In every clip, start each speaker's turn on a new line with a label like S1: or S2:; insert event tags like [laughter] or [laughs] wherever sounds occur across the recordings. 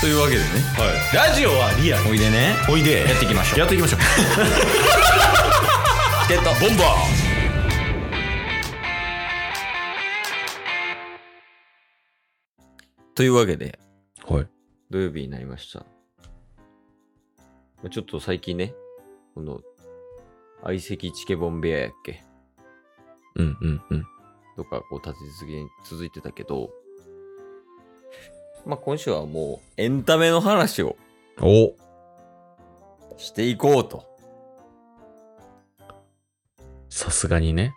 S1: というわけでね
S2: ラジオはリアル
S1: おいでね
S2: おいで
S1: やっていきましょう
S2: やっていきましょう
S1: チケットボンバーというわけで
S2: はい
S1: 土曜日になりました。まあちょっと最近ね、この、相席チケボンベアやっけ
S2: うんうんうん
S1: とか、こう立て続けに続いてたけど、まあ今週はもうエンタメの話を
S2: お
S1: していこうと。
S2: さすがにね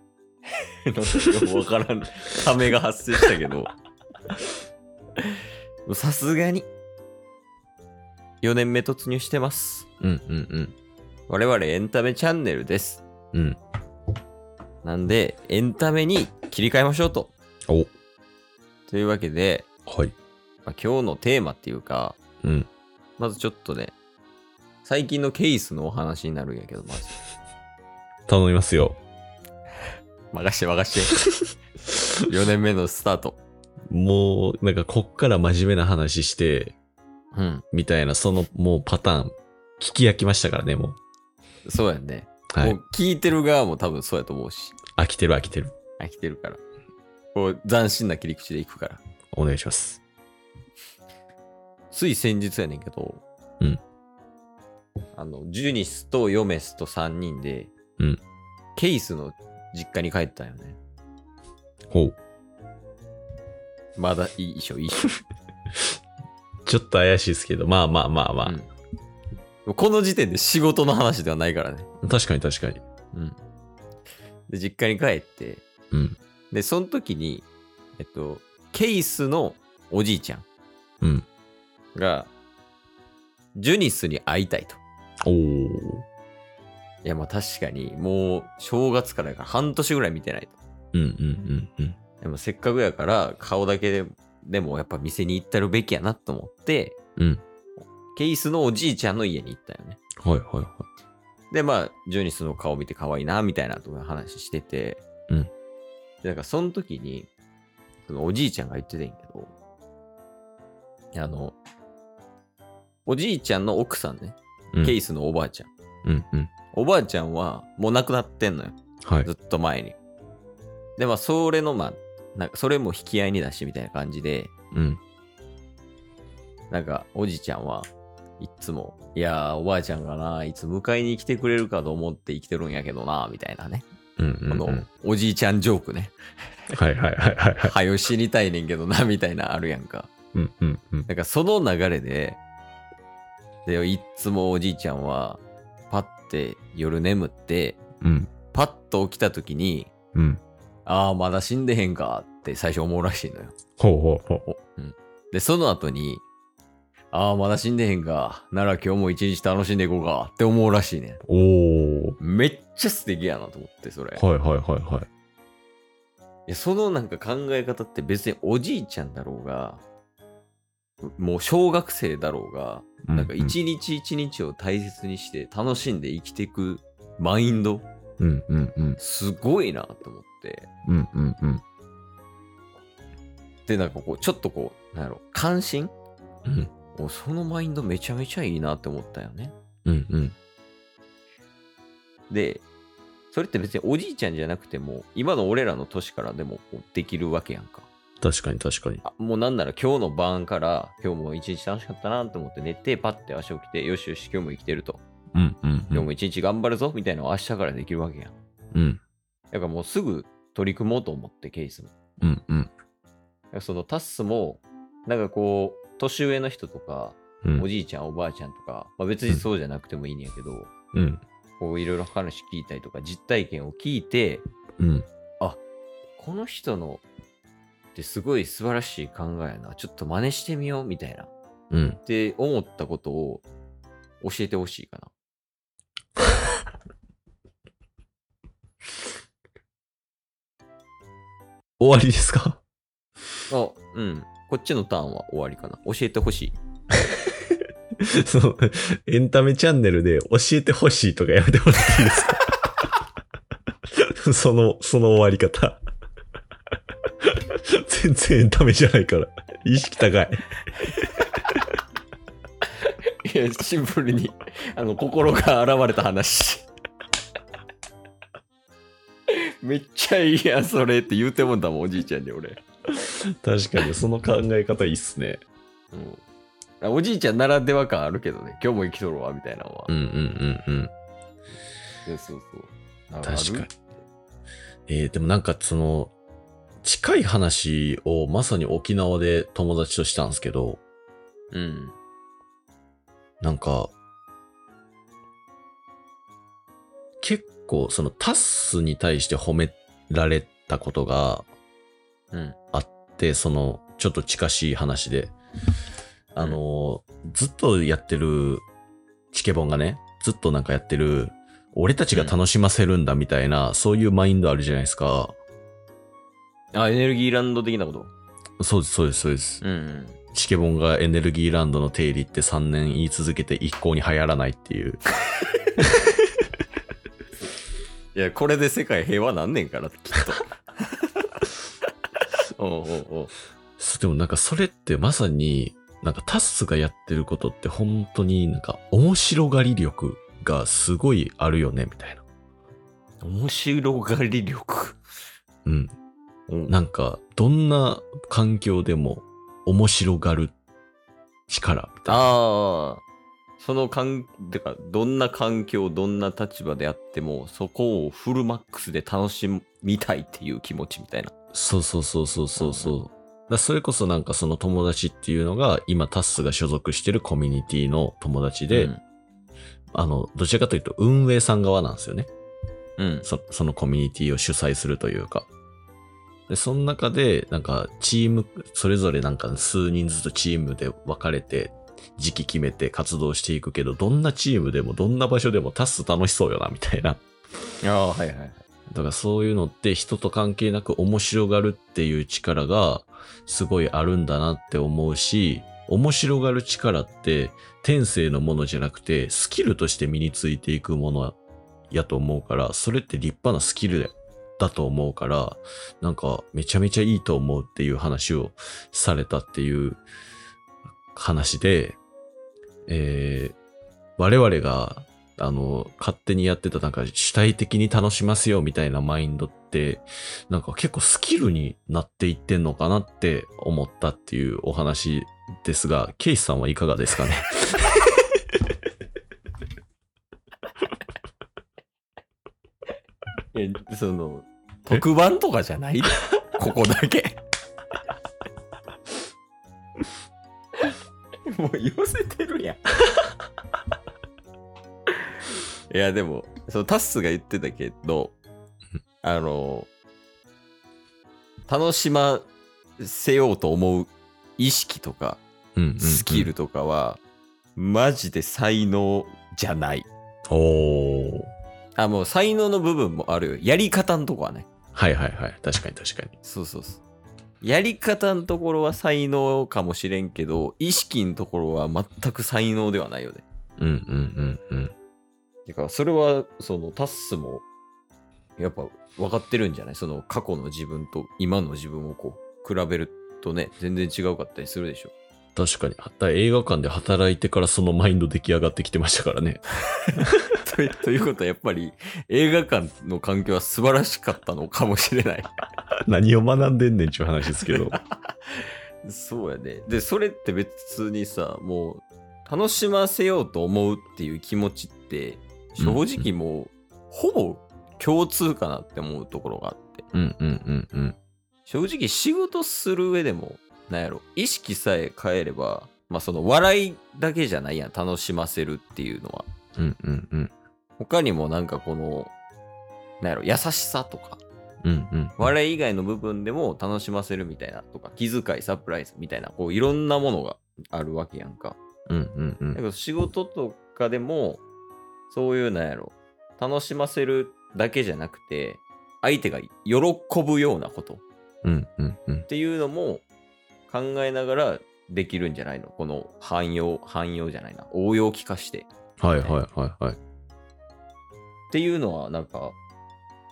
S1: [laughs] なんかよくわからん、ためが発生したけど。さすがに、4年目突入してます。
S2: うんうん
S1: 我々エンタメチャンネルです。
S2: うんうん
S1: なんで、エンタメに切り替えましょうと。
S2: お
S1: というわけで、
S2: はい
S1: まあ、今日のテーマっていうか、
S2: うん
S1: まずちょっとね、最近のケースのお話になるんやけど、まず。
S2: 頼みますよ
S1: 任して任して。4年目 [laughs] のスタート。
S2: もうなんかこっから真面目な話して
S1: うん。
S2: みたいなそのもうパターン聞き飽きましたからねもう
S1: そうやんね。
S2: は
S1: も
S2: いう
S1: 聞いてる側も多分そうやと思うし。
S2: 飽きてる飽きてる
S1: 飽きてるから。こう、斬新な切り口でいくから。
S2: お願いします
S1: つい先日やねんけど、
S2: うん。
S1: あの、ジュニスとヨメスと3人で、
S2: うん。
S1: ケイスの実家に帰ったんよね。
S2: ほう
S1: まだいい衣装、いい衣
S2: ちょっと怪しいですけどまあまあまあまあ、
S1: 装。この時点で仕事の話ではないからね。
S2: 確かに確かに
S1: うん。で、実家に帰って、
S2: うん
S1: で、その時に、えっと、ケイスのおじいちゃん
S2: うん
S1: が、ジュニスに会いたいと。
S2: おお
S1: いや、まあ確かに、もう正月からやから半年ぐらい見てないと。
S2: うんうんうんうん
S1: でもせっかくやから、顔だけででもやっぱ店に行ったるべきやなと思って、
S2: うん
S1: ケイスのおじいちゃんの家に行ったよね。
S2: はいはいはい
S1: で、まあ、ジョニスの顔見て可愛いな、みたいなとか話してて。
S2: うん
S1: で、なんかその時に、そのおじいちゃんが言ってたんやけど、あの、おじいちゃんの奥さんね、
S2: うん
S1: ケイスのおばあちゃん。
S2: うんうん
S1: おばあちゃんはもう亡くなってんのよ。
S2: はい
S1: ずっと前に。で、まあ、それの、まあ、なんか、それも引き合いに出してみたいな感じで、
S2: うん
S1: なんか、おじちゃんはいっつも、いやー、おばあちゃんがな、いつ迎えに来てくれるかと思って生きてるんやけどな、みたいなね。
S2: うん
S1: こ
S2: うんう
S1: の
S2: ん、
S1: おじいちゃんジョークね。
S2: はいはいはいはいはい
S1: はよ死にたいねんけどな、みたいなあるやんか。
S2: うんうんうん
S1: なんか、その流れで、で、いっつもおじいちゃんは、パッて夜眠って、
S2: うん
S1: パッと起きた時に、
S2: うん
S1: ああ、まだ死んでへんかって最初思うらしいのよ。
S2: ほうほうほう
S1: で、その後に、ああ、まだ死んでへんか。なら今日も一日楽しんでいこうかって思うらしいね。
S2: おお
S1: めっちゃ素敵やなと思って、それ。い
S2: はいはいはいはい
S1: や、そのなんか考え方って別におじいちゃんだろうが、もう小学生だろうが、
S2: う
S1: なんか一日一日を大切にして楽しんで生きていくマインド、
S2: うんうんうん
S1: すごいなと思って。
S2: うんうんうん
S1: で、なんかこう、ちょっとこう、なんやろ、関心
S2: うん
S1: もうそのマインドめちゃめちゃいいなって思ったよね。
S2: うんうん
S1: で、それって別におじいちゃんじゃなくても、今の俺らの年からでもこうできるわけやんか。
S2: 確かに確かに
S1: あもうなんなら今日の晩から、今日も一日楽しかったなと思って寝て、パッて足を起きて、よしよし、今日も生きてると。
S2: うんうんう
S1: 今日
S2: ん
S1: も一日頑張るぞ、みたいなのを明日からできるわけやん。
S2: うん
S1: だからもうすぐ取り組もうと思って、ケースも。だか
S2: うんうん
S1: らそのタッスも、なんかこう、年上の人とか、
S2: うん
S1: おじいちゃん、おばあちゃんとか、まあ、別にそうじゃなくてもいいんやけど、
S2: うん
S1: こういろいろ話聞いたりとか、実体験を聞いて、
S2: うん
S1: この人のってすごい素晴らしい考えやな。ちょっと真似してみようみたいな。っ
S2: うん
S1: て思ったことを教えてほしいかな。
S2: 終わりですか [laughs]
S1: あ、うん。こっちのターンは終わりかな。教えてほしい。
S2: そのエンタメチャンネルで教えてほしいとかや [laughs] めてもらっていいですかそのその終わり方全然エンタメじゃないから意識高い
S1: いや、シンプルに、 [laughs] あの、心が現れた話。 [laughs] めっちゃいいやん、それって言うてもんだもん、おじいちゃんに俺。
S2: 確かに、その考え方いいっすね。
S1: うんあおじいちゃんならでは感あるけどね、今日も生きとるわ、みたいなのは。
S2: うんうんうんうん。
S1: そうそうそう。
S2: 確かに。えー、でもなんかその、近い話をまさに沖縄で友達としたんですけど、
S1: に。うん。
S2: なんか、結構そのタッスに対して褒められたことが
S1: うん。
S2: あって、その、ちょっと近しい話で、あの、ずっとやってる、チケボンがね、ずっとなんかやってる、俺たちが楽しませるんだみたいな、そういうマインドあるじゃないですか。
S1: あ、エネルギーランド的なこと
S2: そうです、そうです、そうです。
S1: うん、うん。
S2: チケボンがエネルギーランドの定理って3年言い続けて一向に流行らないっていう。
S1: いや、これで世界平和なんねんから、きっ [laughs] と。おうおうおう
S2: そうでもなんかそれってまさに、なんかタッスがやってることって本当になんか面白がり力がすごいあるよね、みたいな。
S1: 面白がり力。
S2: うん。
S1: うん
S2: なんか、どんな環境でも面白がる力みたいな。
S1: ああ。そのかん、てか、どんな環境、どんな立場であっても、そこをフルマックスで楽しみたいっていう気持ちみたいな。
S2: そうそうそうそうそうそう。だからそれこそなんかその友達っていうのが今タッスが所属してるコミュニティの友達で、
S1: うん、
S2: あの、どちらかというと運営さん側なんですよね。
S1: うん。
S2: そそのコミュニティを主催するというか。で、その中で、なんか、チーム、それぞれなんか数人ずつチームで分かれて、時期決めて活動していくけど、どんなチームでも、どんな場所でもタス楽しそうよな、みたいな。
S1: ああ、はいはいはい。
S2: だからそういうのって人と関係なく面白がるっていう力がすごいあるんだなって思うし、面白がる力って天性のものじゃなくてスキルとして身についていくものやと思うから、それって立派なスキルだと思うから、なんかめちゃめちゃいいと思うっていう話をされたっていう話で、えー、我々があの、勝手にやってた、なんか主体的に楽しますよみたいなマインドって、なんか結構スキルになっていってんのかなって思ったっていうお話ですが、ケイスさんはいかがですかね
S1: え、その、特番とかじゃ [laughs] ないでここだけ。 [laughs] もう寄せてるやん。 [laughs] いや、でも、そのタッスが言ってたけど、あの、楽しませようと思う意識とか、
S2: うんうんう
S1: [laughs]
S2: ん
S1: スキ。ルとかは、マジで才能じゃない。
S2: おー。
S1: あ、もう才能の部分もあるよ。やり方のとこはね。
S2: はいはいはい。確かに確かに。
S1: そうそうそう。やり方のところは才能かもしれんけど、意識のところは全く才能ではないよね。
S2: うんうんうんうん。
S1: てか、それは、そのタッスも、やっぱ分かってるんじゃないその過去の自分と今の自分をこう、比べるとね、全然違うかったりするでしょ。
S2: 確かに。あった映画館で働いてからそのマインド出来上がってきてましたからね。 [laughs]
S1: というということは、やっぱり映画館の環境は素晴らしかったのかもしれない。
S2: 何を学んでんねんちゅう話で
S1: [laughs]
S2: すけど。
S1: そうやね。で、それって別にさ、もう、楽しませようと思うっていう気持ちって、正直もう、ほぼ共通かなって思うところがあって。
S2: うんうんうんうん。
S1: 正直仕事する上でも、なんやろ、意識さえ変えれば、まあその笑いだけじゃないやん、楽しませるっていうのは。
S2: うんうんうん。
S1: 他にもなんかこの、なんやろ、優しさとか、
S2: うんうん。
S1: 笑い以外の部分でも楽しませるみたいなとか、気遣い、サプライズみたいな、こういろんなものがあるわけやんか。
S2: うんうんうん
S1: だけ。ど仕事とかでも、そういうなんやろ、楽しませるだけじゃなくて、相手が喜ぶようなことっ
S2: うんうんうん。
S1: ていうのも考えながらできるんじゃないのこの汎用、汎用じゃないな、応用機化して。
S2: はいはいはいはい。
S1: っていうのは、なんか、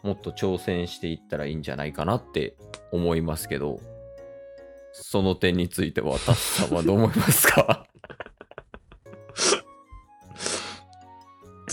S1: もっと挑戦していったらいいんじゃないかなって思いますけど、その点については、タッさんはどう思いますか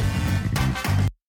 S2: す